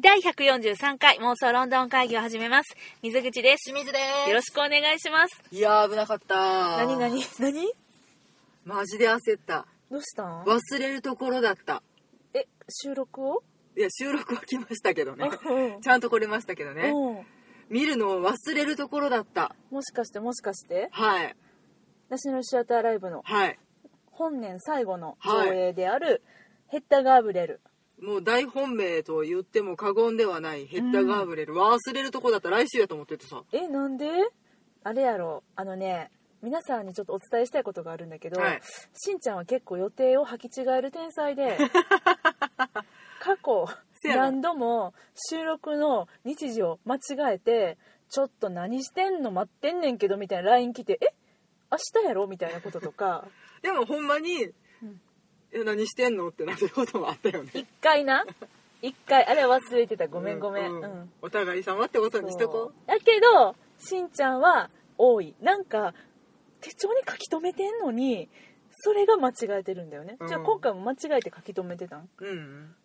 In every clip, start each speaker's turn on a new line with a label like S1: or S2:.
S1: 第143回妄想ロンドン会議を始めます。水口です。
S2: 清水です
S1: よろしくお願いします。
S2: いやー危なかった
S1: 何
S2: 何
S1: 何何
S2: マジで焦った
S1: どうしたん
S2: 忘れるところだった
S1: え、収録を
S2: いや収録は来ましたけどね
S1: うん
S2: ちゃんと来れましたけどね
S1: うん。
S2: 見るのを忘れるところだった
S1: もしかしてもしかして、
S2: はい
S1: ナショナルシアターライブの
S2: はい
S1: 本年最後の
S2: は
S1: 上
S2: い
S1: 映である、ヘッダ・ガーブレル。
S2: もう大本命と言っても過言ではないヘッダガーブレル、忘れるところだった来週やと思っててさ
S1: え、なんであれやろ、あのね、皆さんにちょっとお伝えしたいことがあるんだけど、
S2: はい
S1: しんちゃんは結構予定を履き違える天才 で過去
S2: せやろ
S1: 何度も収録の日時を間違えてちょっと何してんの待ってんねんけどみたいな LINE 来てえ明日やろみたいなことと か
S2: でもほんまに、
S1: ん
S2: え何してんのってなることもあったよね
S1: 一回な一回あれは忘れてたごめんごめん、
S2: う
S1: うん
S2: うんお互い様ってことにしとこう
S1: だけどしんちゃんは多いなんか手帳に書き留めてんのにそれが間違えてるんだよね、
S2: うん
S1: じゃあ今回も間違えて書き留めてたん
S2: うん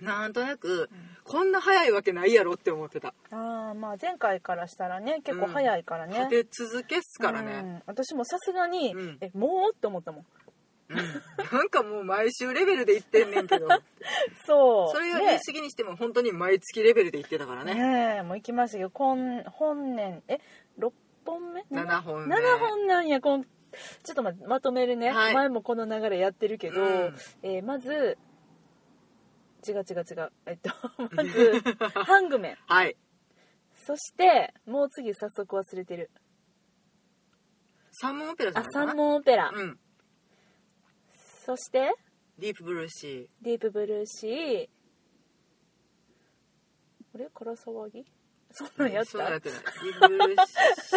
S2: なんとなく、こんな早いわけないやろって思ってた、
S1: ああまあ前回からしたらね結構
S2: うん
S1: 早いからね、
S2: 立て続けっすからね、
S1: うん私もさすがに、
S2: うん
S1: えもうって思ったもん
S2: なんかもう毎週レベルで言ってんね んけど
S1: そう
S2: それを
S1: ね
S2: 言い過ぎにしても本当に毎月レベルで言ってたからね
S1: ねえもう行きましたけど今本年え6本目
S2: 7本目
S1: 7本なんやこんちょっとままとめるね、
S2: はい
S1: 前もこの流れやってるけど、
S2: うん
S1: えーまず違う違う違うえっと ま ずハングメン
S2: はい
S1: そしてもう次早速忘れてる
S2: 3問オペラじゃ
S1: あ
S2: ないかな
S1: 三問オペラ、
S2: うん
S1: そして
S2: ディープブルーシ
S1: ディープブルーシーあれ唐騒ぎそんなんや
S2: ー
S1: っ
S2: そうや
S1: た
S2: ってないディープブルー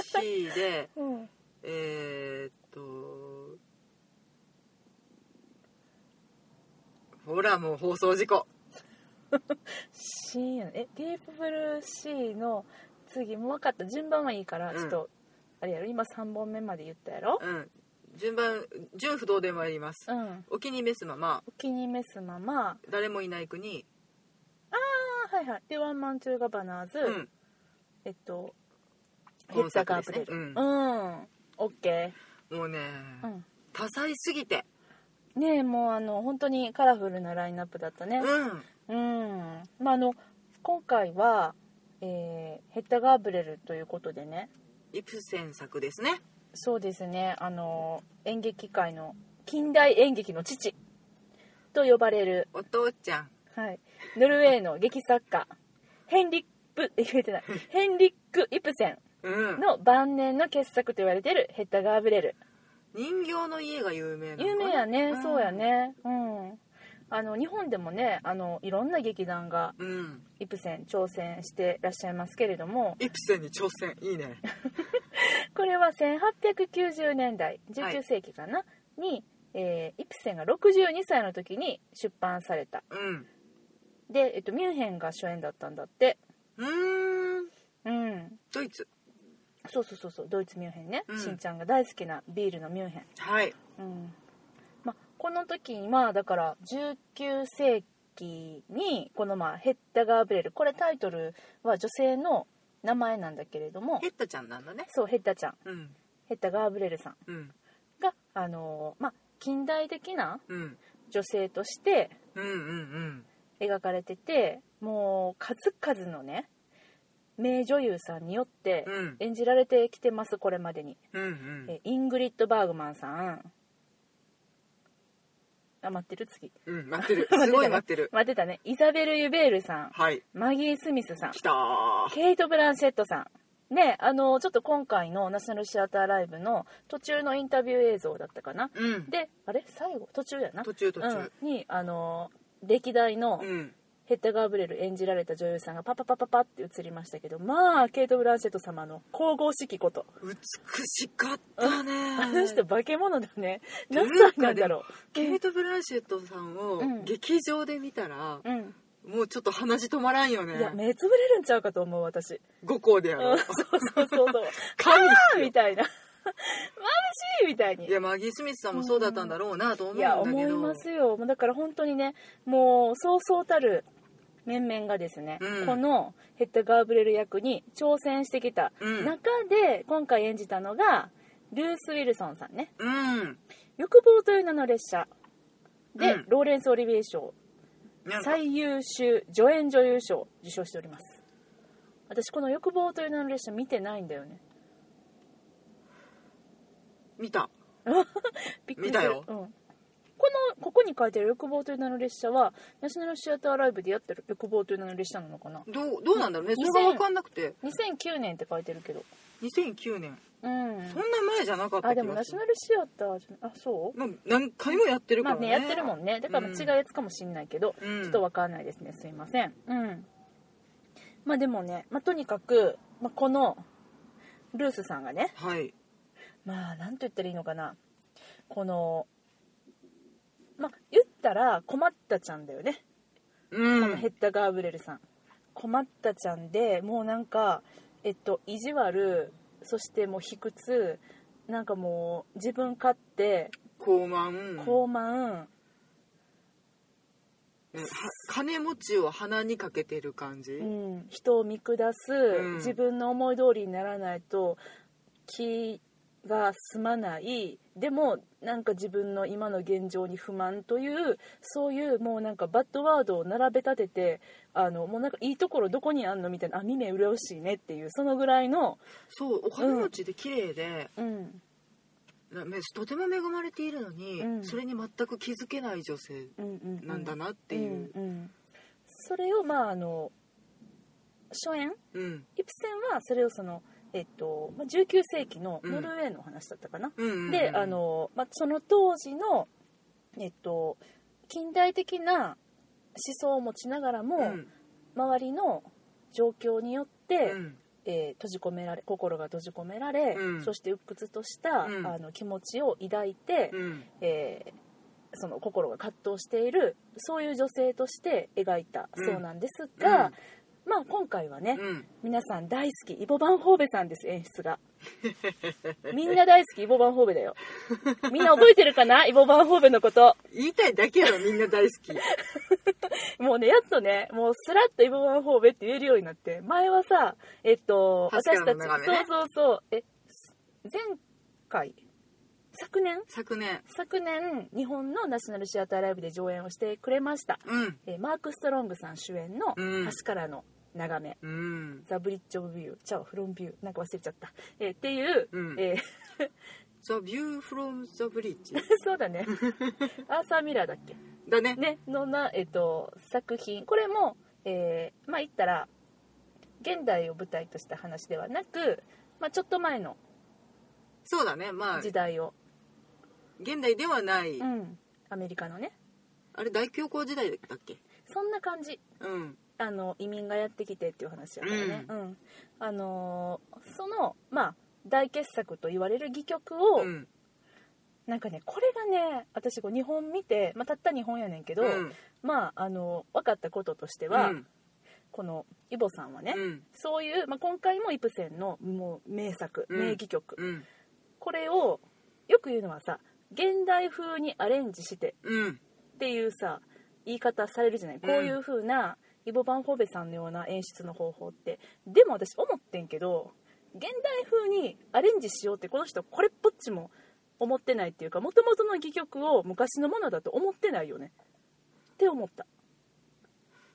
S2: シーで
S1: うん
S2: えーっとほらもう放送事故
S1: シーンやねえディープブルーシーの次もう分かった順番はいいから、
S2: うん
S1: ちょっとあれやろ今3本目まで言ったやろ
S2: うん順番順不動で参ります、
S1: うん
S2: お気に召すまま
S1: お気に召すまま
S2: 誰もいない国、
S1: あはいはいでワンマンチューガバナーズ、
S2: うん、
S1: えっとヘ
S2: 本
S1: ッダ
S2: 作
S1: ガー
S2: です
S1: ブレ
S2: ね
S1: ルうん、オッケ
S2: もうね、
S1: ー、うん、
S2: 多彩すぎて
S1: ねえもうあの本当にカラフルなラインナップだったね
S2: うん
S1: うんまああの今回は、えーヘッダガーブレルということでね
S2: イプセン作ですね
S1: そうですねあの演劇界の近代演劇の父と呼ばれる、
S2: お父ちゃん
S1: はい、ノルウェーの劇作家ヘンリックえ言えて ないヘンリック・イプセン
S2: うん
S1: の晩年の傑作と言われてるヘッダ・ガーブレル
S2: 人形の家が有名なのかな
S1: 有名やね、
S2: ん
S1: そうやねうんあの日本でもねあのいろんな劇団が
S2: うん
S1: イプセン挑戦してらっしゃいますけれども
S2: イプセンに挑戦いいね
S1: これは1890年代
S2: は
S1: 19
S2: い
S1: 世紀かな、に、えーイプセンが62歳の時に出版された
S2: うん
S1: で、えっと、ミュンヘンが初演だったんだって
S2: うーん
S1: うん
S2: ドイツ
S1: そうそうそうそうドイツミュンヘンね、
S2: うん
S1: しんちゃんが大好きなビールのミュンヘン、
S2: はい
S1: うんま、この時にまあだから19世紀にこのまあヘッダ・ガーブレルこれタイトルは女性の名前なんだけれども
S2: ヘッダちゃんなんだね
S1: そうヘッダちゃん
S2: うん
S1: ヘッダ・ガーブレルさん
S2: うん
S1: があのーまあ近代的な
S2: うん
S1: 女性として
S2: うんうん
S1: 描かれててもう数々のね名女優さんによって
S2: うんうん
S1: 演じられてきてますこれまでに、
S2: うんうん
S1: えイングリッド・バーグマンさんあ待ってる次
S2: うん待 ってるすごい待ってる
S1: 待ってたねイザベル・ユベールさん
S2: はい
S1: マギー・スミスさん
S2: 来たー
S1: ケイト・ブランシェットさんねあのちょっと今回のナショナルシアターライブの途中のインタビュー映像だったかな
S2: うん
S1: であれ最後途中やな
S2: 途中途中
S1: うん、にあの歴代の
S2: うん
S1: ヘッダ・ガーブレル演じられた女優さんがパパパパパって映りましたけどまあケイト・ブランシェット様の神々しきこと
S2: 美しかったね
S1: あの人化け物だね
S2: てい
S1: 何
S2: う
S1: 歳
S2: か
S1: なんだろ
S2: ケイト・ブランシェットさんを
S1: うん
S2: 劇場で見たら、
S1: ううん
S2: もうちょっと鼻血止まらんよ
S1: いや
S2: ね
S1: 目つぶれるんちゃうかと思う私
S2: 五校でや
S1: う
S2: ろ
S1: ん
S2: う
S1: そうそうそう そう
S2: 神
S1: あーみたいな 眩しいみたいに
S2: いやマギー・スミスさんもそうだったんだろうなと思うん
S1: い
S2: だ
S1: や
S2: けど
S1: 思いますよもうだから本当にねもうそうそうたる面々がですね、
S2: うん
S1: このヘッダ・ガーブレル役に挑戦してきた
S2: うん
S1: 中で今回演じたのがルース・ウィルソンさんね
S2: うん
S1: 「欲望という名の列車」で、
S2: うん
S1: ローレンス・オリビエ賞
S2: なんか
S1: 最優秀助演女優賞を受賞しております私この「欲望という名の列車」見てないんだよね
S2: 見た
S1: びっくり
S2: 見
S1: す
S2: た
S1: る
S2: よ
S1: うん、このここに書いてる「欲望という名の列車は」ナショナルシアターライブでやってる「欲望という名の列車」なのかな
S2: どうどうなんだろうねそれが分かんなくて
S1: 2009年って書いてるけど
S2: 2009年
S1: うん
S2: そんな前じゃなかった
S1: あで
S2: 気
S1: も
S2: が
S1: ナ
S2: す
S1: ショ
S2: る
S1: ナルシアターじゃあそう
S2: まあ何回もやってるか
S1: まあ
S2: ら
S1: ね
S2: ね
S1: やってるもんねだから
S2: うん
S1: 違うやつかもしんないけど、
S2: うん
S1: ちょっとわかんないですねすいませんうんまあでもね、まあ、とにかく、まあ、このルースさんがね
S2: はい
S1: まあなんと言ったらいいのかなこのまあ言ったら困ったちゃんだよね
S2: う
S1: このヘ
S2: ん
S1: ッダ・ガーブレルさん困ったちゃんでもうなんかえっと意地悪そしてもう卑屈なんかもう自分勝手
S2: 高慢
S1: 高慢、
S2: うんは金持ちを鼻にかけてる感じ、
S1: うん、人を見下す、
S2: ん
S1: 自分の思い通りにならないと気が済まないでもなんか自分の今の現状に不満というそういうもうなんかバッドワードを並べ立ててあのもうなんかいいところどこにあんのみたいなあ見目麗しいねっていうそのぐらいの、
S2: そうお金持ちで綺麗で、
S1: うん
S2: なめとても恵まれているのに、
S1: うん
S2: それに全く気づけない女性
S1: うんうんうん、
S2: なんだなっていう、
S1: うんうんそれをまああの初演
S2: うん
S1: イプセンはそれをその、えっとまあ、19世紀のノルウェーのお話だったかな、
S2: うんうんうん
S1: であの、まあ、その当時の、えっと、近代的な思想を持ちながらも、
S2: うん
S1: 周りの状況によって、
S2: うん
S1: えー閉じ込められ心が閉じ込められ、
S2: うん
S1: そして鬱屈とした、
S2: うん
S1: あの気持ちを抱いて、
S2: うん
S1: えーその心が葛藤しているそういう女性として描いたそうなんですが、まあ、今回はね、
S2: うん
S1: 皆さん大好きイボ・バンホーベさんです演出 がみんな大好きイボ・バンホーベだよみんな覚えてるかなイボ・バンホーベのこと
S2: 言いたいだけやろみんな大好き
S1: もうねやっとねもうスラッとイボ・バンホーベって言えるようになって前はさえっと
S2: 確か
S1: 私
S2: に
S1: たち、
S2: 眺め
S1: そう
S2: ね
S1: そうそうえ前回昨年
S2: 昨年
S1: 昨年日本のナショナルシアターライブで上演をしてくれました、
S2: うん
S1: えーマーク・ストロングさん主演の
S2: う
S1: 「
S2: ん
S1: 橋からの眺め」
S2: うん
S1: ザ・ブリッジ・オブ・ビュー、チャオ・フロン・ビュー、なんか忘れちゃった。えーっていう、
S2: うん
S1: えー
S2: The View from the Bridge
S1: そう だね。アーサー・ミラーだっけ
S2: だね
S1: ね、のな、えっ、と、作品。これも、えーまあ言ったら、現代を舞台とした話ではなく、まあちょっと前の
S2: そうだねまあ
S1: 時代を、
S2: 現代ではない、
S1: うん、アメリカのね、
S2: あれ大恐慌時代だっけ
S1: そんな感じ。
S2: うん
S1: あの移民がやってきてっていう話やからね、
S2: う
S1: うんあのーそのまあ大傑作と言われる戯曲を、
S2: うん
S1: なんかねこれがね私こう日本見て、まあ、たった日本やねんけど、
S2: うん
S1: まああの分かったこととしては、
S2: うん
S1: このイボさんはね、
S2: うん
S1: そういう、まあ、今回もイプセンのもう名作
S2: うん
S1: 名戯曲、
S2: うん
S1: これをよく言うのはさ現代風にアレンジして
S2: うん
S1: っていうさ言い方されるじゃない、こういう風なイボ・バンホーベさんのような演出の方法ってでも私思ってんけど現代風にアレンジしようってこの人これっぽっちも思ってないっていうか元々の戯曲を昔のものだと思ってないよねって思った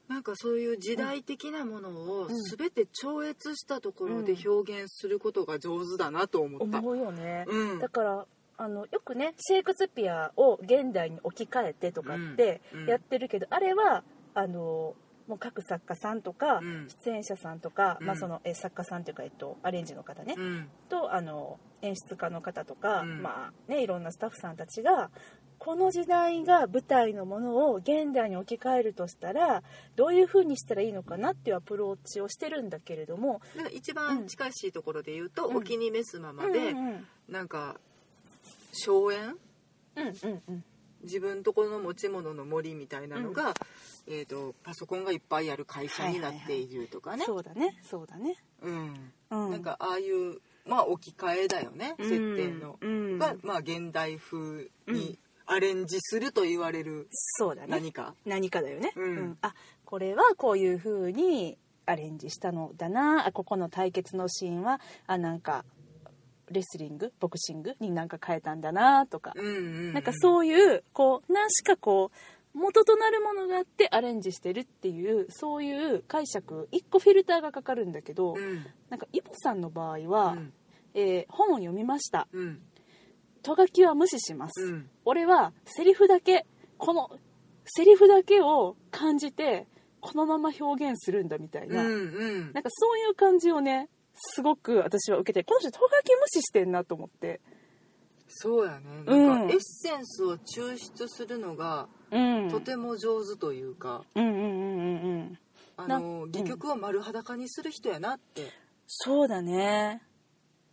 S2: なんかそういう時代的なもの
S1: う
S2: を
S1: ん
S2: 全て超越したところで表現することが上手だなと思った。
S1: 思うよね、
S2: うん
S1: だからあのよくねシェイクスピアを現代に置き換えてとかって
S2: うんうん
S1: やってるけど、あれはあのもう各作家さんとか、
S2: うん
S1: 出演者さんとか、
S2: うん
S1: まあ、そのえ作家さんというか、えっと、アレンジの方ね、
S2: うん
S1: とあの演出家の方とか、
S2: うん
S1: まあね、いろんなスタッフさんたちがこの時代が舞台のものを現代に置き換えるとしたらどういう風にしたらいいのかなっていうアプローチをしてるんだけれども。
S2: なんか一番近しいところで言うと、
S1: うん
S2: お気に召すままで、
S1: うんうん
S2: なんか荘園
S1: うんうんうん
S2: 自分とこの持ち物の森みたいなのが、えー、とパソコンがいっぱいある会社になっているとかね、
S1: そうだねそうだね、
S2: うんなんかああいう、まあ、置き換えだよね、設定の、
S1: うん
S2: が、まあ、現代風にアレンジすると言われる
S1: そうだね
S2: 何か、
S1: 何かだよね、
S2: うん
S1: あこれはこういう風にアレンジしたのだなあここの対決のシーンはあなんかレスリングボクシングになんか変えたんだなとか、
S2: うんうんうん、
S1: なんかそういうこう何しかこう元となるものがあってアレンジしてるっていうそういう解釈一個フィルターがかかるんだけど、
S2: うん
S1: なんかイボさんの場合は、
S2: うん
S1: えー本を読みました
S2: うん
S1: とがきは無視します、
S2: うん
S1: 俺はセリフだけこのセリフだけを感じてこのまま表現するんだみたいな、
S2: うん
S1: なんかそういう感じをねすごく私は受けてこの人とがき無視してんなと思って
S2: そうやね
S1: うん
S2: なんかエッセンスを抽出するのが
S1: うん
S2: とても上手というか、
S1: うんうんうんうんうん
S2: あ
S1: な
S2: の戯曲を丸裸にする人やなって
S1: そうだね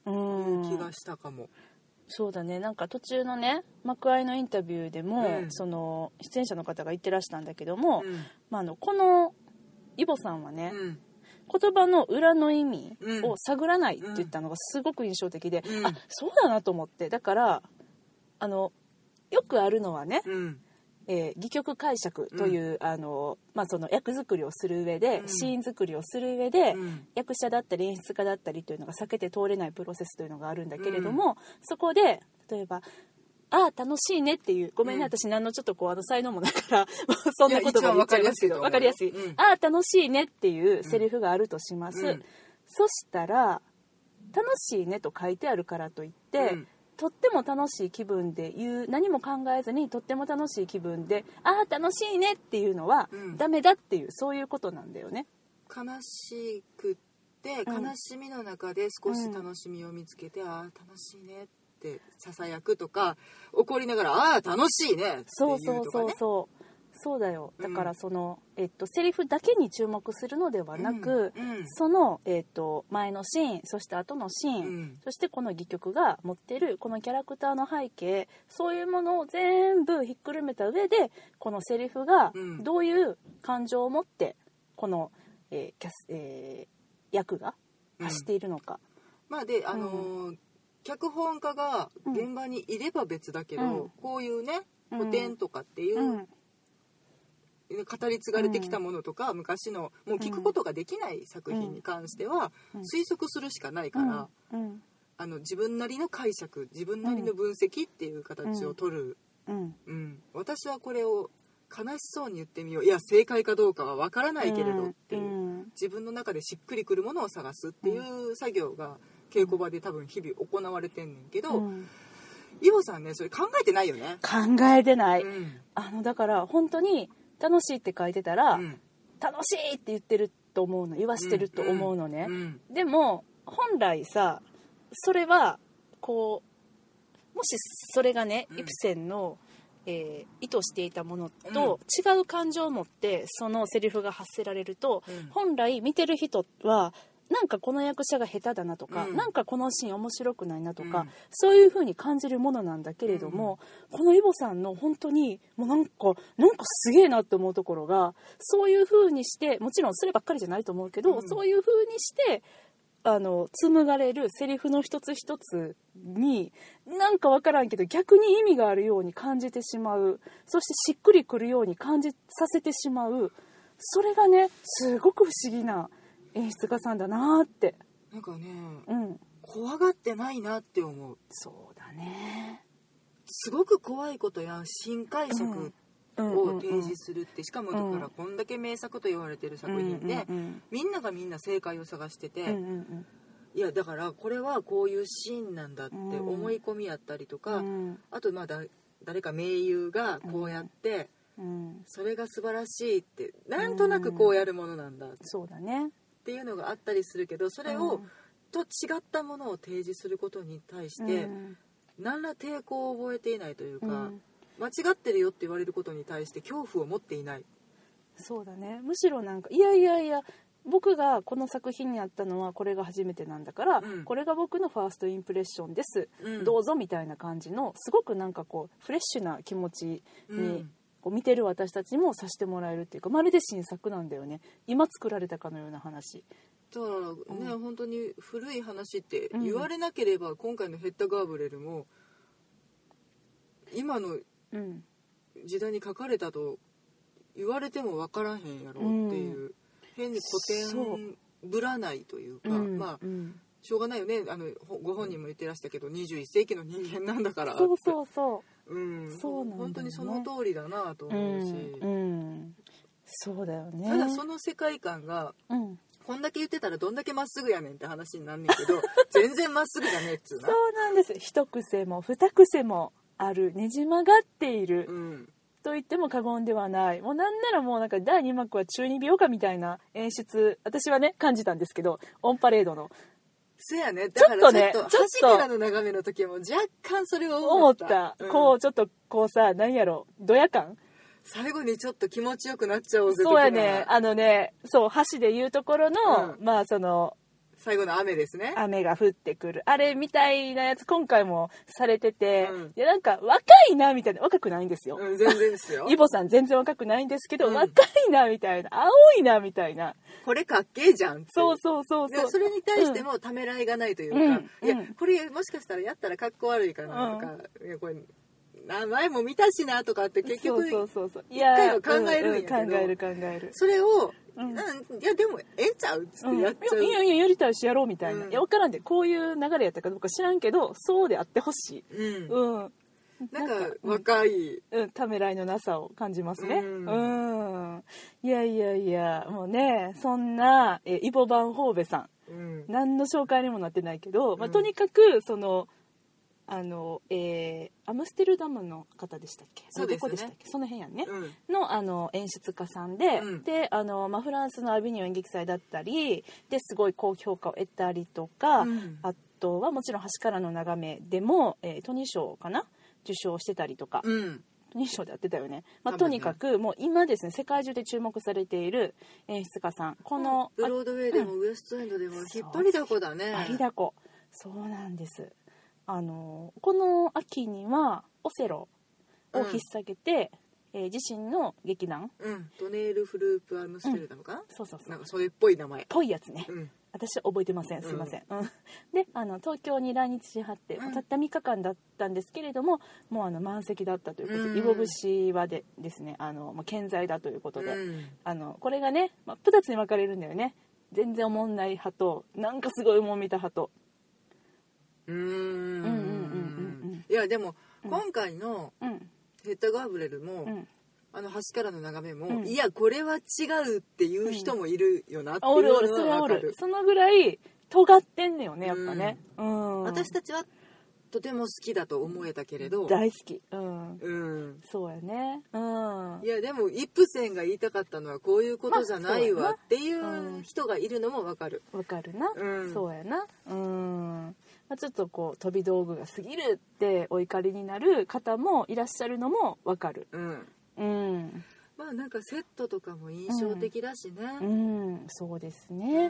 S1: う
S2: 気
S1: ん
S2: がしたかも、
S1: そうだねなんか途中のね幕間のインタビューでも、
S2: うん
S1: その出演者の方が言ってらしたんだけども、
S2: うん
S1: まあ、あのこのイボさんはね、
S2: うん
S1: 言葉の裏の意味
S2: うん
S1: を探らないって言ったのがすごく印象的で、
S2: うん
S1: あそうだなと思ってだからあのよくあるのはね、
S2: うん
S1: えー戯曲解釈という、あのまあ、その役作りをする上で、
S2: うん
S1: シーン作りをする上で、
S2: うん
S1: 役者だったり演出家だったりというのが避けて通れないプロセスというのがあるんだけれども、そこで例えば「ああ楽しいね」っていうごめんね、
S2: うん
S1: 私何のちょっとこうあの才能もだから そんなことも言っちゃいますけど
S2: いや一番
S1: わ
S2: わ
S1: か
S2: か
S1: り
S2: り
S1: や
S2: や
S1: す
S2: す
S1: い
S2: い
S1: 「
S2: と思ううん
S1: ああ楽しいね」っていうセリフがあるとします、
S2: うん
S1: そしたら「楽しいね」と書いてあるからといって、
S2: うん
S1: とっても楽しい気分で言う何も考えずにとっても楽しい気分で「ああ楽しいね」っていうのは
S2: うん
S1: ダメだっていう、そういうことなんだよね。
S2: 悲しくって
S1: うん
S2: 悲しみの中で少し楽しみを見つけて、ああ楽しいねってささやくとか怒りながらああ楽しいねっていうとか、ね、
S1: そうそうそうそうそうだよ
S2: うん
S1: だからその、えっと、セリフだけに注目するのではなく、
S2: うんうん
S1: その、えっと、前のシーンそして後のシーン、
S2: うん
S1: そしてこの戯曲が持ってるこのキャラクターの背景そういうものを全部ひっくるめた上でこのセリフが
S2: うん
S1: どういう感情を持ってこの、えーキャスえー役が発しているのか。
S2: まあであのー脚本家が現場にいれば別だけど、
S1: うん
S2: こういうね
S1: うん
S2: 古典とかっていう、
S1: うん
S2: 語り継がれてきたものとか、昔のもう聞くことができない作品に関しては、
S1: うん
S2: 推測するしかないから、
S1: うん
S2: あの自分なりの解釈自分なりの分析っていう形を取る、
S1: うん
S2: うん私はこれを悲しそうに言ってみよういや正解かどうかはわからないけれどっていう、
S1: うん
S2: 自分の中でしっくりくるものを探すっていう作業が稽古場で多分日々行われてんねんけど、
S1: うん
S2: イボさんねそれ考えてないよね。
S1: 考えてない、
S2: うん
S1: あのだから本当に「楽しい」って書いてたら「
S2: うん
S1: 楽しい!」って言ってると思うの言わしてると思うのね、
S2: うん
S1: でも本来さそれはこうもしそれがね、
S2: うん
S1: イプセンの、えー意図していたものと違う感情を持ってそのセリフが発せられると、
S2: うん
S1: 本来見てる人はなんかこの役者が下手だなとか、
S2: うん
S1: なんかこのシーン面白くないなとか、
S2: うん
S1: そういう風に感じるものなんだけれども、このイボさんの本当にもうなんかなんかすげえなって思うところがそういう風にしてもちろんそればっかりじゃないと思うけど、
S2: うん
S1: そういう風にしてあの紡がれるセリフの一つ一つになんかわからんけど逆に意味があるように感じてしまうそしてしっくりくるように感じさせてしまうそれがねすごく不思議な演出家さんだなーって
S2: なんかね
S1: うん
S2: 怖がってないなって思う
S1: そうだね
S2: すごく怖いことや新解釈
S1: うんうん
S2: を提示するってしかもだからこんだけ名作と言われてる作品で
S1: うん
S2: みんながみんな正解を探して
S1: うんうん
S2: て
S1: うん
S2: いやだからこれはこういうシーンなんだって思い込みやったりと
S1: う
S2: か
S1: ん
S2: あとまあだ誰か名優がこうやって
S1: うん
S2: それが素晴らしいってなんとなくこうやるものなんだっ
S1: そうだね
S2: ていうのがあったりするけどそれ
S1: う
S2: を
S1: ん
S2: と違ったものを提示することに対して
S1: うん
S2: 何ら抵抗を覚えていないという
S1: う
S2: か
S1: ん
S2: 間違ってるよって言われることに対して恐怖を持っていない。
S1: そうだねむしろなんかいやいやいや僕がこの作品にあったのはこれが初めてなんだから、
S2: うん
S1: これが僕のファーストインプレッションです、
S2: うん
S1: どうぞみたいな感じのすごくなんかこうフレッシュな気持ち
S2: う
S1: に
S2: ん
S1: こう見てる私たちにもさせてもらえるっていうかまるで新作なんだよね今作られたかのような話
S2: だからね、
S1: う
S2: 本当に古い話って
S1: うん
S2: 言われなければ今回の「ヘッダ・ガーブレル」も今の
S1: うん
S2: 時代に書かれたと言われても分からへんやろっていう、変に
S1: そ
S2: 古典ぶらないという
S1: う
S2: か、
S1: ん
S2: まあ
S1: うん
S2: しょうがないよねあのほご本人も言ってらしたけど21世紀の人間なんだから、
S1: そうそうそう
S2: うん、
S1: そうなんだよね
S2: 本当にその通りだなと
S1: うう
S2: 思うし、
S1: んうんそうだよね
S2: ただその世界観が
S1: うん
S2: こんだけ言ってたらどんだけまっすぐやねんって話になんねん けど全然まっすぐじゃねえっつうな
S1: そ。うなんです一癖も二癖もあるねじ曲がっている
S2: うん
S1: と言っても過言ではないもうなんならもうなんか第2幕は中二病かみたいな演出私はね感じたんですけどオンパレードの
S2: そやねだ
S1: ち
S2: か
S1: ょっと
S2: らちょ
S1: ね
S2: っと
S1: ちょっ
S2: 端
S1: と
S2: からの眺めの時も若干それは
S1: 思
S2: 思
S1: っ
S2: っ
S1: た、
S2: たうん
S1: こうちょっとこうさ何やろドヤ感
S2: 最後にちょっと気持ちよくなっちゃおうぜ
S1: そうや
S2: 的
S1: ね
S2: な
S1: あのねそう箸で言うところの、
S2: うん
S1: まあその
S2: 最後の雨ですね
S1: 雨が降ってくるあれみたいなやつ今回もされてて、
S2: うん
S1: いやなんか若いなみたいな若くないんですよ、
S2: うん全然ですよ
S1: イボさん全然若くないんですけど、
S2: うん
S1: 若いなみたいな青いなみたいな
S2: これかっけえじゃんってい
S1: そうそうそう
S2: で
S1: そう
S2: それに対してもためらいがないというか、
S1: うん
S2: いや
S1: うん
S2: これもしかしたらやったらかっこ悪いかなとか、いやこれ名前も見たしなとかって結局そ
S1: そうそうそうそういや
S2: 一回は考えるんやけど
S1: う考える考える
S2: れを、
S1: う
S2: うんん、いやでもええんちゃうっつ
S1: う
S2: っ
S1: ん、
S2: て
S1: い
S2: やっちゃう、
S1: やいややりたいしやろうみたいな、
S2: うん
S1: いや分からんでこういう流れやったかどうか知らんけどそうであってほしい
S2: うん
S1: うん
S2: なんか
S1: うん
S2: 若い、
S1: うん、ためらいのなさを感じますね。う。
S2: うん
S1: いやいやいや、もうね、そんな、え、イボバンホーベさ
S2: うん
S1: ん、何の紹介にもなってないけど、まあ、
S2: うん
S1: とにかく、その、あの、えーアムステルダムの方でしたっけ
S2: そうですね
S1: どこでしたっけその辺やんね。
S2: うん
S1: のあの演出家さんで、
S2: うん
S1: であの、まあ、フランスのアビニョン演劇祭だったりですごい高評価を得たりとか、
S2: うん
S1: あとはもちろん端からの眺めでも、えートニー賞かな受賞してたりとか、
S2: うん
S1: トニー賞でやってたよね、まあ、
S2: 多
S1: と
S2: 分ね
S1: にかくもう今ですね世界中で注目されている演出家さんこの
S2: ブロードウェイでもウエストエンドでも引っ張りだこだね
S1: ありだこそうなんですあのこの秋にはオセロを引っ提げて、えー自身の劇団
S2: うんドネール・フループ・アルムステルダムかな、
S1: そうそうそう
S2: なんかそれっぽい名前
S1: ぽいやつね
S2: うん
S1: 私は覚えてませんすいません、うんであの東京に来日しはって、
S2: うん
S1: たった3日間だったんですけれどももうあの満席だったということで、
S2: うん
S1: イボ節はでですねあの、まあ、健在だということで、
S2: うん
S1: あのこれがね、まあ、2つに分かれるんだよね全然おもんない派となんかすごいおもん見た派と
S2: うー
S1: うんうんうんうんうん
S2: んいやでも今回の
S1: うん
S2: ヘッダガーブレルも、
S1: うん
S2: あの端からの眺めも、
S1: うん
S2: いやこれは違うっていう人もいるよなってい
S1: お
S2: う
S1: るおるそ
S2: の
S1: れ
S2: は
S1: はお
S2: わかる
S1: るそのぐらい尖ってんねよねやっぱねうん
S2: 私たちはとても好きだと思えたけれど、
S1: 大好きうん
S2: うん、
S1: そうやねうん
S2: いやでもイプセンが言いたかったのはこういうことじゃない
S1: まあ
S2: わってい
S1: うん
S2: う人がいるのもわかる、
S1: わかるな、
S2: うん
S1: そうやなうん、まあ、ちょっとこう飛び道具が過ぎるってお怒りになる方もいらっしゃるのもわかる
S2: うん、
S1: うん
S2: まあなんかセットとかも印象的だしね、
S1: うんそうです
S2: う
S1: ね、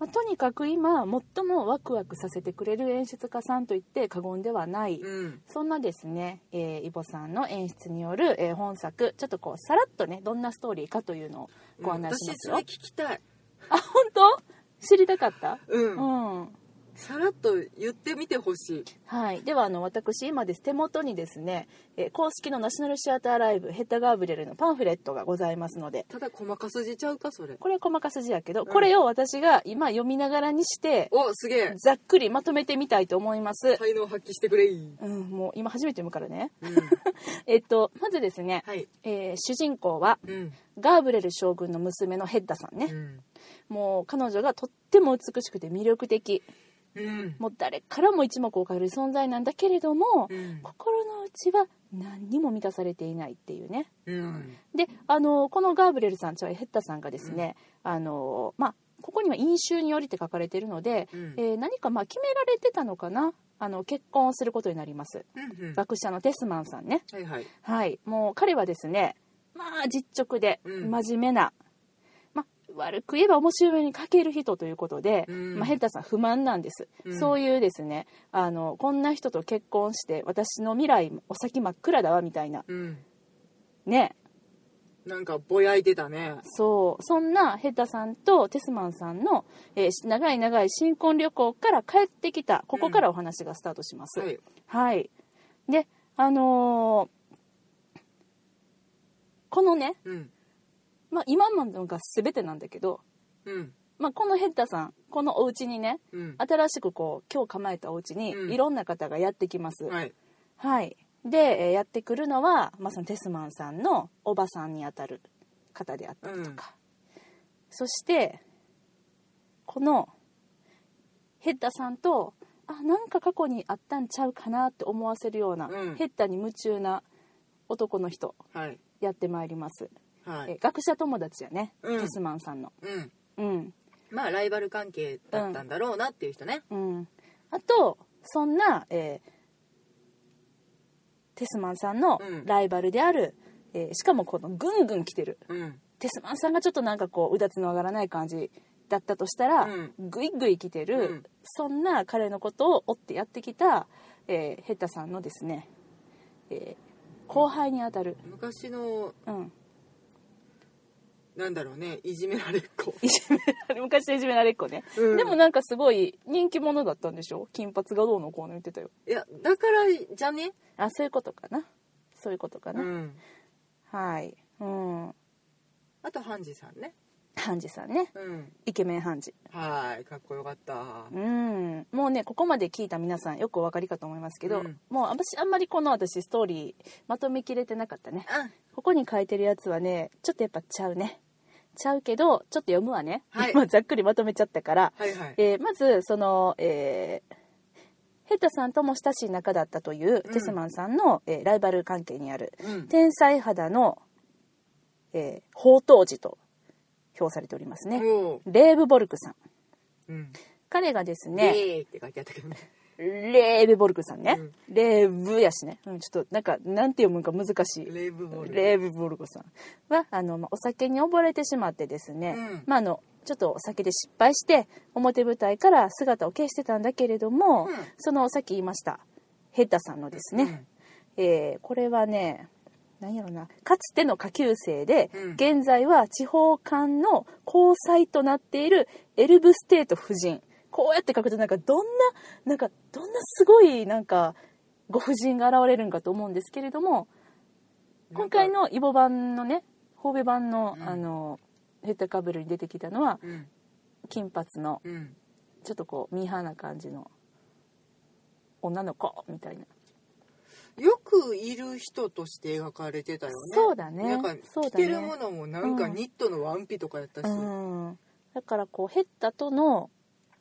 S1: まあ、とにかく今最もワクワクさせてくれる演出家さんといって過言ではない、
S2: うん
S1: そんなですね、えーイボさんの演出による、えー本作ちょっとこうさらっとねどんなストーリーかというのをご案内しますよ、
S2: 私それ聞きたい、
S1: あ本当知りたかった
S2: うん
S1: うん
S2: さらっと言ってみてほしい
S1: はい、ではあの私今です手元にですね、えー公式のナショナルシアターライブヘッダガーブレルのパンフレットがございますので
S2: ただ細かすぎちゃうかそれ
S1: これは細か筋やけど、
S2: ん
S1: これを私が今読みながらにして
S2: おすげえ
S1: ざっくりまとめてみたいと思います、
S2: 才能発揮してくれい、
S1: うん、もう今初めて読むからね
S2: うん、
S1: えっとまずですね、
S2: はい
S1: えー主人公は
S2: うん
S1: ガーブレル将軍の娘のヘッダさん
S2: う
S1: ね、
S2: ん
S1: もう彼女がとっても美しくて魅力的
S2: うん
S1: もう誰からも一目置かれる存在なんだけれども、
S2: うん
S1: 心の内は何にも満たされていないっていうね
S2: うん
S1: であのこのガーブレルさんちはヘッダさんがですね、あのまあここには「飲酒により」って書かれているので、
S2: うん
S1: えー何かまあ決められてたのかなあの結婚をすることになります
S2: うん
S1: 学者のテスマンさんね
S2: はいはい
S1: はいもう彼はですねまあ実直で
S2: うん
S1: 真面目な、まあ悪く言えば面白いに欠ける人ということで、
S2: うん
S1: まあ、ヘッダさん不満なんです、
S2: うん
S1: そういうですねあのこんな人と結婚して私の未来お先真っ暗だわみたいな
S2: うん
S1: ね
S2: なんかぼやいてたね
S1: そうそんなヘッダさんとテスマンさんの、えーし長い長い新婚旅行から帰ってきたここからお話がスタートします、
S2: はい
S1: はいであのーこのね、
S2: うん
S1: まあ、今までのが全てなんだけど、
S2: うん
S1: まあ、このヘッダさんこのお家にね
S2: うん
S1: 新しくこう今日構えたお家に
S2: うん
S1: いろんな方がやってきます、
S2: はい
S1: はいで、えーやってくるのは、まあ、そのテスマンさんのおばさんにあたる方であったりとか、そしてこのヘッダさんとあなんか過去にあったんちゃうかなって思わせるような、
S2: うん
S1: ヘッダに夢中な男の人
S2: はい
S1: やってまいります、
S2: は
S1: え
S2: い
S1: 学者友達やね、
S2: うん
S1: テスマンさんの
S2: うん
S1: うん
S2: まあライバル関係だったんだろうなっていう人ね
S1: うんあとそんな、えーテスマンさんの
S2: うん
S1: ライバルである、えーしかもこのぐんぐん来てる
S2: うん
S1: テスマンさんがちょっとなんかこううだつの上がらない感じだったとしたら、
S2: うん
S1: ぐいぐい来てる、
S2: うん
S1: そんな彼のことを追ってやってきた、えーヘッタさんのですね、えー後輩にあたる、
S2: 昔の
S1: うん、
S2: なんだろうねいじめられっ子
S1: いじめられ昔のいじめられっ子ね、
S2: うん
S1: でもなんかすごい人気者だったんでしょ金髪がどうのこうの言ってたよ
S2: いやだからじゃね
S1: あそういうことかなそういうことか
S2: う
S1: な、
S2: ん
S1: はいうん
S2: あとハンジさんね
S1: ハンジさんね
S2: うん
S1: イケメンハンジ
S2: はいかっこよかった
S1: うんもうねここまで聞いた皆さんよくお分かりかと思いますけど、
S2: うん
S1: もう私あんまりこの私ストーリーまとめきれてなかったね
S2: あ
S1: ここに書いてるやつはねちょっとやっぱちゃうねちゃうけどちょっと読むわね、
S2: はい
S1: 今ざっくり まとめちゃったから、
S2: はいはい
S1: えーまずその、えーヘッタさんとも親しい仲だったという
S2: うん
S1: テスマンさんの、えーライバル関係にある
S2: うん
S1: 天才肌の、えー、宝刀寺と評されておりますね、
S2: も
S1: レーブ・ボルクさん
S2: ううん
S1: 彼がですね、
S2: ねーって書いてあったけどね
S1: レーブ・ボルクさんね、レーブやしね、うん、ちょっとなんかなんて読むんか難しい
S2: レイブボール
S1: レーブ・ボルクさんはあの、まあ、お酒に溺れてしまってですね、
S2: うん
S1: まあ、あのちょっとお酒で失敗して表舞台から姿を消してたんだけれども、
S2: うん
S1: そのさっき言いましたヘッダさんのですね、えーこれはね何やろなかつての下級生で、
S2: うん
S1: 現在は地方間の交際となっているエルブステート夫人こうやって書くとなんかどんななんかどんなすごいなんかご婦人が現れるんかと思うんですけれども
S2: うん
S1: 今回のイボ版のね神戸版の,、
S2: うん
S1: あのヘッダカブルに出てきたのは
S2: うん
S1: 金髪の
S2: うん
S1: ちょっとこうミーハーな感じの女の子みたいな、
S2: よくいる人として描かれてたよね
S1: そうだね
S2: なんか
S1: そう
S2: 着
S1: だね
S2: てるものもなんか
S1: うん
S2: ニットのワンピとかやったし
S1: うん、だからこうヘッダとの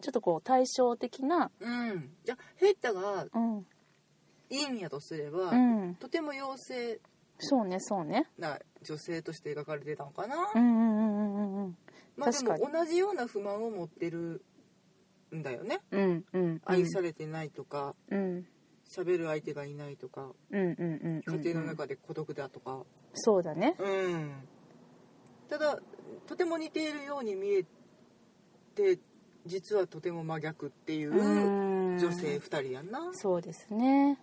S1: ちょっとこう対照的な、
S2: うんいやヘッダが
S1: うん
S2: いいんやとすれば
S1: うん、
S2: とても妖精
S1: そうねそうね
S2: な女性として描かれてたのかな
S1: うんうんうんうんうん
S2: まあで
S1: 確か
S2: も
S1: に
S2: 同じような不満を持ってるんだよね
S1: うんうん
S2: 愛されてないとか
S1: うん
S2: 喋る相手がいないとか
S1: うんうんうんうん
S2: 家庭の中で孤独だとか
S1: そうだね
S2: うんただとても似ているように見えて実はとても真逆っていう
S1: うん
S2: 女性2人やんな
S1: そうですね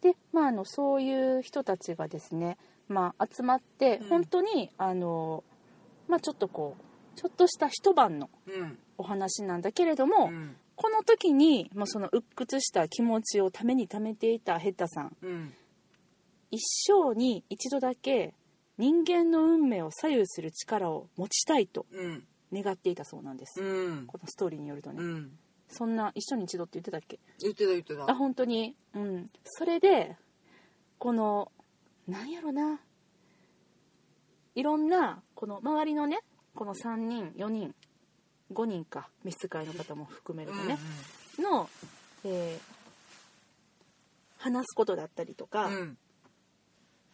S1: でまああのそういう人たちがですねまあ集まって
S2: うん
S1: 本当に、あのまあちょっとこうちょっとした一晩の
S2: うん
S1: お話なんだけれども、
S2: うん
S1: この時に、まあ、その鬱屈した気持ちをためにためていたヘッダさん
S2: うん
S1: 一生に一度だけ人間の運命を左右する力を持ちたいと
S2: うん
S1: 願っていたそうなんです、
S2: うん
S1: このストーリーによるとね、
S2: うん
S1: そんな一生に一度って言ってたっけ
S2: 言ってた言ってた
S1: あ本当にうんそれでこのなんやろないろんなこの周りのねこの3人4人5人か召使いの方も含めるとね、の、えー話すことだったりと
S2: う
S1: か、
S2: んうん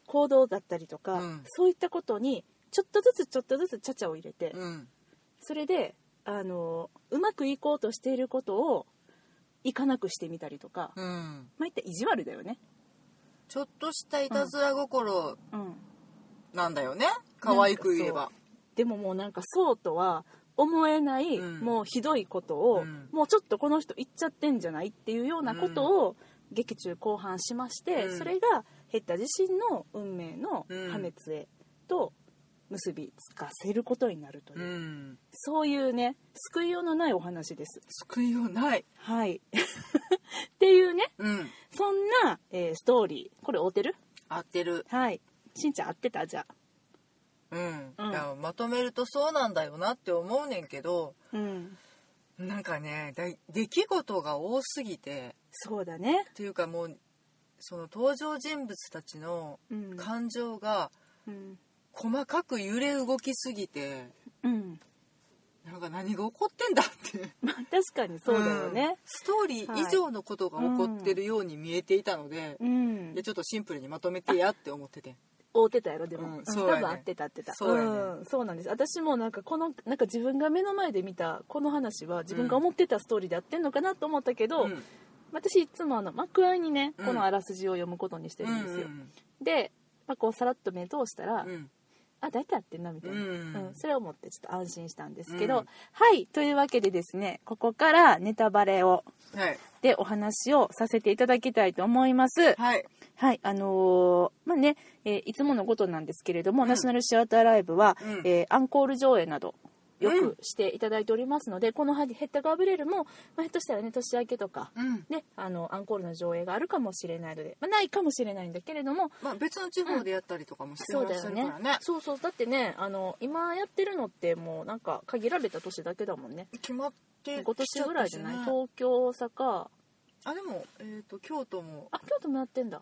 S1: 行動だったりとか、
S2: うん
S1: そういったことにちょっとずつちょっとずつちゃちゃを入れて、
S2: うん
S1: それであのうまくいこうとしていることをいかなくしてみたりとか、
S2: うん
S1: まあいった意地悪だよね、
S2: ちょっとしたいたずら心
S1: うん、
S2: なんだよね可愛く言えば
S1: でももうなんかそうとは思えない、
S2: うん
S1: もうひどいことを、
S2: うん
S1: もうちょっとこの人言っちゃってんじゃないっていうようなことを劇中後半しまして、
S2: うん
S1: それがヘッダ自身の運命の
S2: うん
S1: 破滅へと結びつかせることになるというう、
S2: ん
S1: そういうね救いようのないお話です。
S2: 救いようない
S1: はい っていうね
S2: うん
S1: そんな、えーストーリーこれ合うてる
S2: 合ってる
S1: はいしんちゃん合ってたじゃあ
S2: うん、
S1: うん
S2: いやまとめるとそうなんだよなって思うねんけど
S1: うん
S2: なんかねだい出来事が多すぎて
S1: そうだね
S2: っていうかもうその登場人物たちの
S1: うん
S2: 感情が
S1: うん
S2: 細かく揺れ動きすぎて
S1: うん
S2: なんか何が起こってんだって
S1: まあ確かにそうだよ
S2: ん
S1: ね
S2: ストーリー以上のことが起こってるように見えていたので、
S1: うん
S2: でちょっとシンプルにまとめてやって思ってて
S1: 合ってたやろでも、
S2: うん
S1: うん
S2: そうや
S1: 多
S2: ね
S1: 分合ってた合ってた
S2: そうやね
S1: ん、そうなんです私もなんかこのなんか自分が目の前で見たこの話は自分が思ってたストーリーでやってんのかなと思ったけど、
S2: うん
S1: 私いつもあの幕間にね
S2: うん
S1: このあらすじを読むことにしてるんですよ、で、まあ、こうさらっと目通したら、
S2: うんうん
S1: あ大体合ってんなみたいな、
S2: うん
S1: うんそれを持ってちょっと安心したんですけど、
S2: うん
S1: はいというわけでですねここからネタバレを
S2: はい
S1: でお話をさせていただきたいと思います
S2: はい
S1: はい、あのーまあね、えーいつものことなんですけれども、
S2: うん
S1: ナショナルシアターライブは、
S2: うん
S1: えーアンコール上映など、よ
S2: うん
S1: くしていただいておりますので、このヘッダガーブレルも、まあ、ひょっとしたらね、年明けとか、
S2: うん
S1: ね、あの、アンコールの上映があるかもしれないので、まあ、ないかもしれないんだけれども、
S2: まあ別の地方でやったりとかもしてら
S1: そう
S2: っ
S1: だ
S2: しゃ
S1: よ
S2: る
S1: ね
S2: からね,、
S1: そうそう、だってね、あの、今やってるのってもう、なんか、限られた年だけだもんね。
S2: 決まって
S1: 今年ぐらいじゃない、
S2: きちゃったしね
S1: 東京、大阪、
S2: あでも、えー、と京都も、
S1: あ、京都もやってんだ。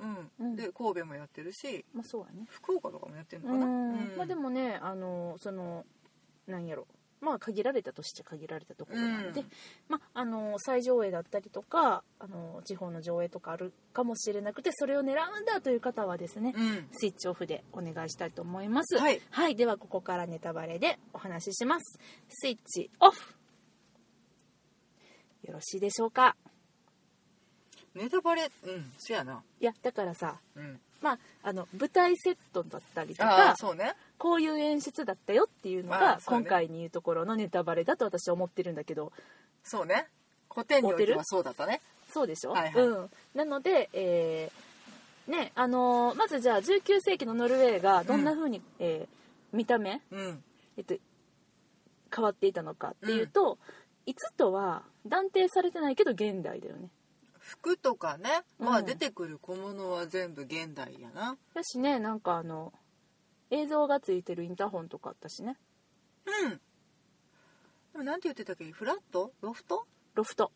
S2: うん
S1: うん
S2: で神戸もやってるし
S1: まあ、そうやね。
S2: 福岡とかもやってるの
S1: う
S2: かな、
S1: ん
S2: うん
S1: まあでもねあのそのなんやろまあ限られたとしちゃ限られたところなので、
S2: うん
S1: まあ、あの再上映だったりとかあの地方の上映とかあるかもしれなくてそれを狙うんだという方はですね、
S2: うん
S1: スイッチオフでお願いしたいと思います
S2: はい
S1: ではここからネタバレでお話ししますスイッチオフよろしいでしょうか
S2: ネタバレうんせやない
S1: やだからさ
S2: うん
S1: まあ、あの舞台セットだったりと
S2: あ
S1: か
S2: あそうね
S1: こういう演出だったよっていうのが
S2: あそう
S1: 今
S2: ね
S1: 回に言うところのネタバレだと私は思ってるんだけど
S2: そうね古典においてはそうだったね
S1: そうでしょ、
S2: はいはい
S1: うん、なので、えーねあのーまずじゃあ19世紀のノルウェーがどんな風に、えー見た目、
S2: うん
S1: えっと、変わっていたのかっていうと、いつとは断定されてないけど現代だよね。
S2: 服とかねまあ
S1: うん
S2: 出てくる小物は全部現代やな
S1: だしねなんかあの映像がついてるインターホンとかあったしね
S2: うんでもなんて言ってたっけフラットロフト
S1: ロフト。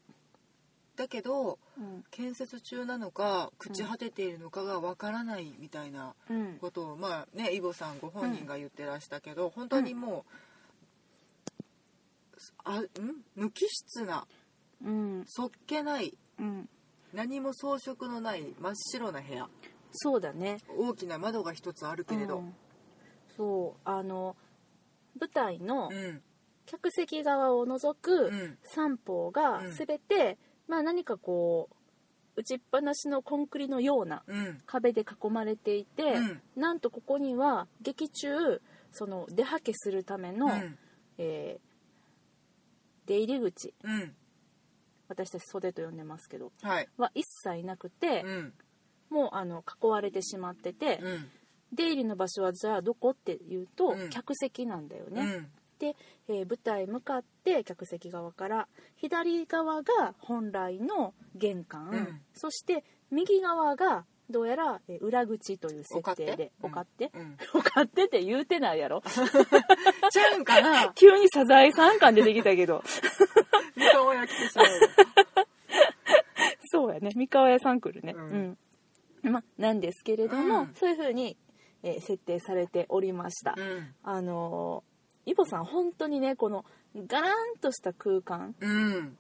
S2: だけど
S1: うん
S2: 建設中なのか朽ち果てているのかがわからないみたいな
S1: うん
S2: ことを、まあねイボさんご本人が言ってらしたけど、本当にもう、あん無機質な
S1: うん
S2: そっけない
S1: うん、
S2: 何も装飾のない真っ白な部屋
S1: そうだね
S2: 大きな窓が一つあるけれど
S1: うん、そうあの舞台の
S2: うん
S1: 客席側を除
S2: う
S1: く
S2: ん
S1: 三方が
S2: うん
S1: 全て、まあ、何かこう打ちっぱなしのコンクリのような
S2: うん
S1: 壁で囲まれていて、
S2: うん
S1: なんとここには劇中その出はけするための、
S2: うん
S1: えー出入り口
S2: うん
S1: 私たち袖と呼んでますけど
S2: はい
S1: は一切なくて
S2: う、ん
S1: もうあの囲われてしまってて、
S2: うん
S1: 出入りの場所はじゃあどこっていうと、
S2: うん
S1: 客席なんだよ
S2: う
S1: ね、
S2: ん
S1: で、えー舞台向かって客席側から左側が本来の玄関、
S2: うん
S1: そして右側がどうやら、えー裏口という設
S2: お勝
S1: 定
S2: 手
S1: でお勝手
S2: うんうん
S1: お勝手って言うてないやろ
S2: ちゃうんかな
S1: 急にサザエさん感出てきたけど
S2: 三河屋来てしまう
S1: そうやね三河屋さん来るね
S2: う
S1: うんん、ま、なんですけれども、
S2: うん
S1: そういう風に、えー設定されておりました、
S2: うん
S1: あのーイボさん本当にねこのガランとした空間
S2: うん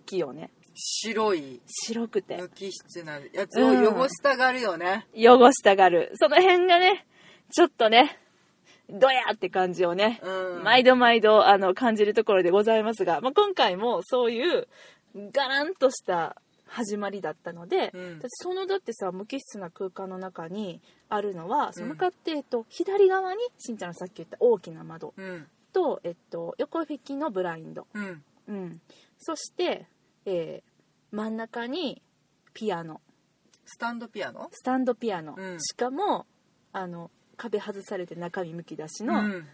S1: 好きよね
S2: 白い
S1: 白くて
S2: 無機質なやつを汚したがるよね、
S1: 汚したがるその辺がねちょっとねドヤって感じをね、
S2: うん
S1: 毎度毎度あの感じるところでございますが、まあ、今回もそういうガランとした始まりだったので、
S2: うん
S1: だってそのだってさ無機質な空間の中にあるのはその向かって、えっと、左側にしんちゃんのさっき言った大きな窓
S2: うん
S1: と、えっと、横引きのブラインド、
S2: うん
S1: うん、そして、えー真ん中にピアノ
S2: スタンドピアノ
S1: スタンドピアノ、
S2: うん
S1: しかもあの壁外されて中身むき出し
S2: う
S1: の
S2: ん、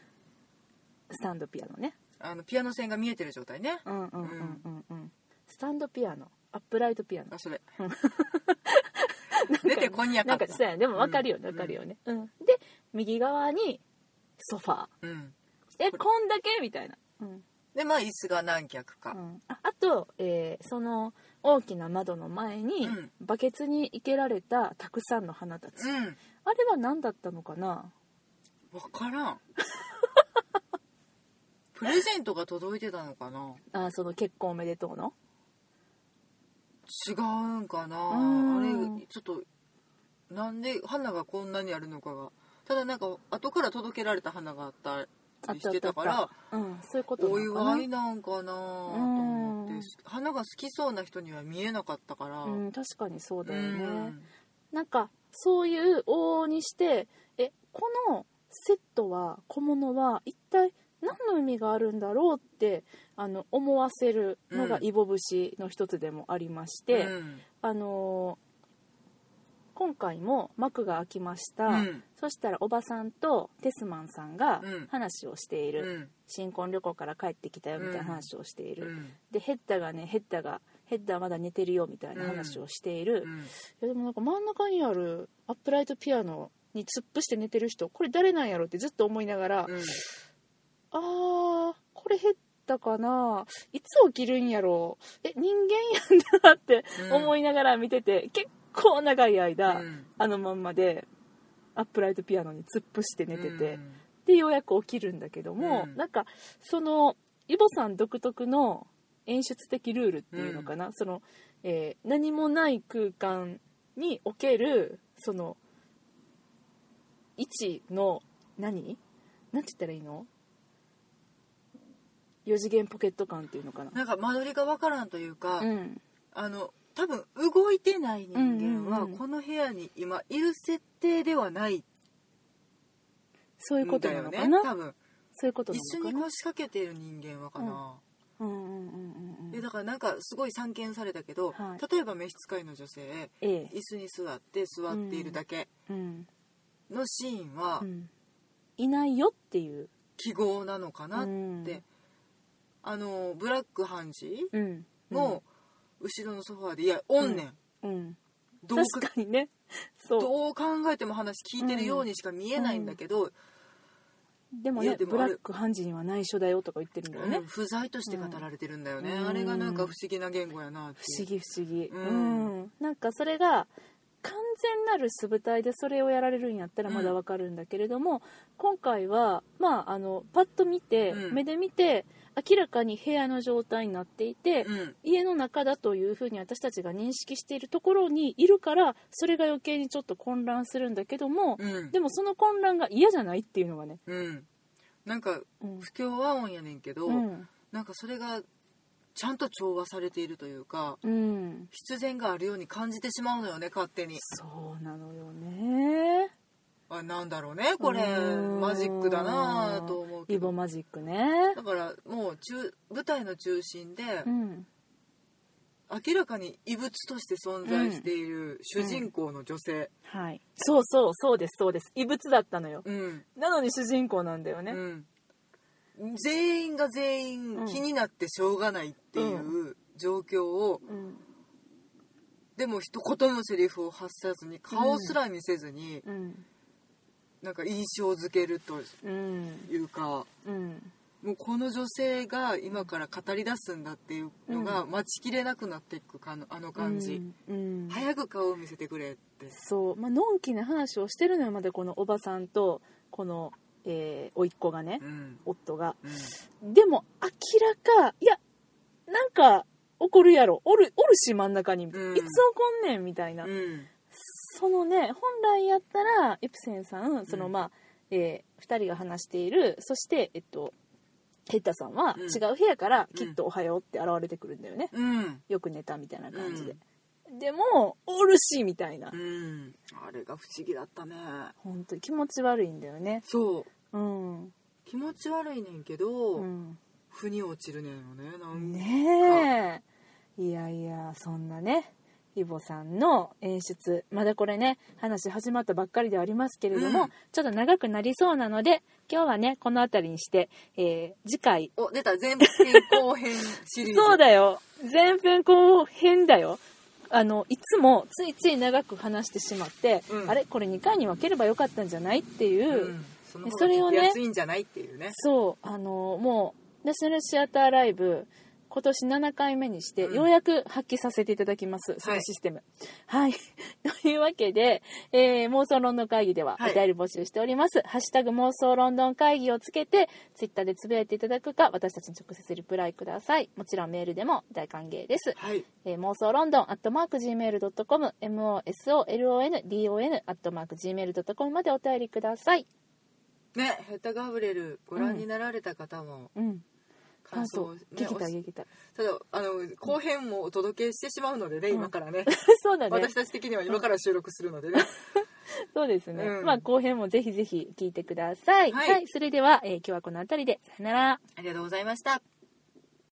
S1: スタンドピアノね、
S2: あのピアノ線が見えてる状態ね
S1: うん、うんうんうんうんスタンドピアノアップライトピアノ
S2: あそれ出てこにゃか
S1: な
S2: っ
S1: ん
S2: た
S1: かそうやねでも分かるよね
S2: うん
S1: 分かるよね、うんで右側にソファー
S2: うん、
S1: えこんだけみたいな、うん
S2: でまあ椅子が何脚か、
S1: うんああと、えーその大きな窓の前に、
S2: うん
S1: バケツに生けられたたくさんの花たち、
S2: うん
S1: あれは何だったのかな
S2: わか らんプレゼントが届いてたのかな
S1: あその結婚おめでとうの
S2: 違うんかな
S1: う
S2: あ
S1: ん
S2: れちょっとなんで花がこんなにあるのかがただなんか後から届けられた花があったりしてたから
S1: うん、そういうこと
S2: お
S1: なのかな
S2: 祝いなんかなと思って花が好きそうな人には見えなかったから、
S1: うん、確かにそうだよね、
S2: うん
S1: なんかそういう往々にしてえこのセットは小物は一体何の意味があるんだろうってあの思わせるのが
S2: うん
S1: イボ節の一つでもありまして、
S2: うん
S1: あのー今回も幕が開きました、
S2: うん
S1: そしたらおばさんとテスマンさんが
S2: うん
S1: 話をしていうる、
S2: ん
S1: 新婚旅行から帰ってきたよみたいな
S2: うん
S1: 話をしている、
S2: うん
S1: でヘッダがねヘッダがヘッダまだ寝てるよみたいな話をしている、
S2: う
S1: い
S2: ん
S1: やでもなんか真ん中にあるアップライトピアノに突っ伏して寝てる人これ誰なんやろってずっと思いながら、
S2: うん
S1: あーこれヘッダかないつ起きるんやろえ人間やんだって思いながら見てて、結構長い間、
S2: うん
S1: あのまんまでアップライトピアノに突っ伏して寝てて。
S2: うん
S1: でようやく起きるんだけども、
S2: うん
S1: なんかそのイボさん独特の演出的ルールっていうのかな、そのえー何もない空間におけるその位置の何なんて言ったらいいの4次元ポケット感っていうのかな。
S2: なんか間取りがわからんというか、
S1: うん
S2: あの多分動いてない人間
S1: う
S2: は
S1: んうんうん
S2: この部屋に今いる設定ではない
S1: そういうこ
S2: ん
S1: と
S2: だ
S1: な
S2: よ
S1: の
S2: ね
S1: かな、
S2: 多分
S1: そういうことな
S2: 一緒
S1: のか
S2: に
S1: な
S2: 腰掛けてる人間はかな、
S1: うんうんうんうんう
S2: で
S1: ん
S2: だからなんかすごい散見されたけど、
S1: はい
S2: 例えば召使いの女性
S1: ええ
S2: 椅子に座って座っているだけ
S1: うん
S2: のシーンは
S1: うんいないよっていう
S2: 記号なのかなって、
S1: うん
S2: あのブラックハンジ
S1: うん
S2: も後ろのソファーで「いやおんねん」
S1: うん、
S2: どうか
S1: 確かにねそう
S2: どう考えても話聞いてるようにしか見えないんだけど、
S1: でも
S2: い
S1: ね
S2: やでも
S1: ブラ
S2: あれ
S1: ックハンジには内緒だよとか言ってるんだよね、
S2: うん不在として語られてるんだよね、
S1: うん
S2: あれがなんか不思議な言語やなって
S1: 不
S2: い
S1: 思議
S2: う
S1: 不思議う、
S2: うんん
S1: なんかそれが完全なる素舞台でそれをやられるんやったらまだわかるんだけれども、今回はまああのパッと見て、
S2: うん
S1: 目で見て明らかに部屋の状態になっていて、
S2: うん
S1: 家の中だというふうに私たちが認識しているところにいるからそれが余計にちょっと混乱するんだけども、
S2: うん
S1: でもその混乱が嫌じゃないっていうのがね、
S2: うんなんか
S1: うん
S2: 不協和音やねんけど、
S1: うん
S2: なんかそれがちゃんと調和されているというか
S1: うん、
S2: 必然があるように感じてしまうのよね勝手に
S1: そうなのよね
S2: あなんだろうねこれ
S1: うん
S2: マジックだなと思うけ
S1: イボ
S2: ど
S1: マジックね
S2: だからもう中舞台の中心で
S1: うん
S2: 明らかに異物として存在している主人公の女性
S1: はいそうそうそうですそうです異物だったのよ
S2: うん
S1: なのに主人公なんだよね、
S2: うん、全員が全
S1: うん
S2: 員気になってしょうがないっていう状況を、
S1: うん
S2: でも一言のセリフを発さずに顔すら見せずに、
S1: うん
S2: なんか印象づけると
S1: うん
S2: いうか
S1: うん
S2: もうこの女性が今から語り出すんだっていうのが待ちきれなくなっていくかのあの感じ、
S1: うん、うん
S2: 早く顔を見せてくれって
S1: そうまあのんきな話をしてるのよまだこのおばさんとこのえー、おいっ子がね
S2: うん
S1: 夫が
S2: うん
S1: でも明らかいやなんか怒るやろおるおるし真ん中に、
S2: うん
S1: いつ怒んねんみたいな
S2: うん
S1: そのね本来やったらイプセンさんその
S2: うん
S1: まあ、え2人が話しているそしてえっとヘッダさんは
S2: うん
S1: 違う部屋から
S2: うん
S1: きっと「おはよう」って現れてくるんだよね、
S2: うん
S1: よく寝たみたいな感じで、でも「おるし」みたいな、
S2: うんあれが不思議だったね
S1: 本当に気持ち悪いんだよね
S2: そう
S1: うん、
S2: 気持ち悪いねんけど、
S1: うん、
S2: 腑に落ちるねんよねなんか
S1: ねえいやいやそんなねイボさんの演出まだこれね話始まったばっかりではありますけれども、
S2: うん
S1: ちょっと長くなりそうなので今日はねこの辺りにして、えー次回
S2: お出た前編後編シリーズ
S1: そうだよ前編後編だよあのいつもついつい長く話してしまって、
S2: うん
S1: あれこれ2回に分ければよかったんじゃないっていう、
S2: うんその方
S1: それを
S2: が
S1: ね
S2: 聞きやすいんじゃないっていうね
S1: そうあのもうナショナルシアターライブ今年7回目にして、
S2: うん
S1: ようやく発揮させていただきますそ
S2: は
S1: の
S2: い
S1: システムはい、 というわけで、えー妄想ロンドン会議では
S2: はい
S1: お便り募集しております「ハッシュタグ妄想ロンドン会議」をつけてツイッターでつぶやいていただくか私たちに直接リプライくださいもちろんメールでも大歓迎です
S2: はい
S1: えー妄想ロンドンアットマーク Gmail.com MOSOLONDON アットマーク Gmail.com までお便りください
S2: ねヘッダガブレルご覧になられた方も
S1: うん
S2: 感想をね
S1: 聞きたい
S2: おし
S1: 聞きたい
S2: ただあの後編もお届けしてしまうのでね
S1: うん
S2: 今からね
S1: そうだね
S2: 私たち的には今から収録する のでね
S1: そうですね、
S2: うん
S1: まあ後編もぜひぜひ聞いてください
S2: は
S1: はいい、それでは、えー今日はこの辺りでさよなら
S2: ありがとうございました